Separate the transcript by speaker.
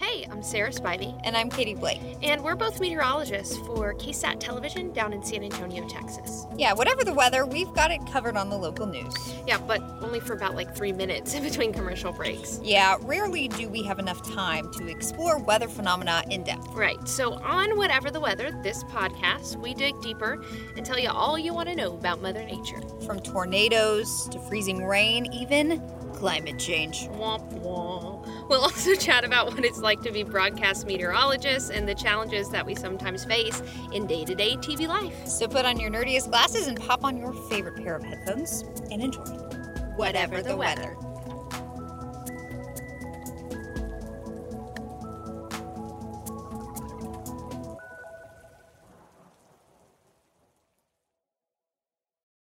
Speaker 1: Hi, I'm Sarah Spivey,
Speaker 2: And I'm Katie Blake.
Speaker 1: and we're both meteorologists for KSAT Television down in San Antonio, Texas.
Speaker 2: Yeah, whatever the weather, we've got it covered on the local news.
Speaker 1: Yeah, but only for about like three minutes in between commercial breaks.
Speaker 2: Yeah, rarely do we have enough time to explore weather phenomena in depth.
Speaker 1: Right, so on Whatever the Weather, this podcast, we dig deeper and tell you all you want to know about Mother Nature.
Speaker 2: From tornadoes to freezing rain, even climate change.
Speaker 1: Womp womp. We'll also chat about what it's like to be broadcast meteorologists and the challenges that we sometimes face in day to day TV life.
Speaker 2: So put on your nerdiest glasses and pop on your favorite pair of headphones and enjoy. Whatever the weather.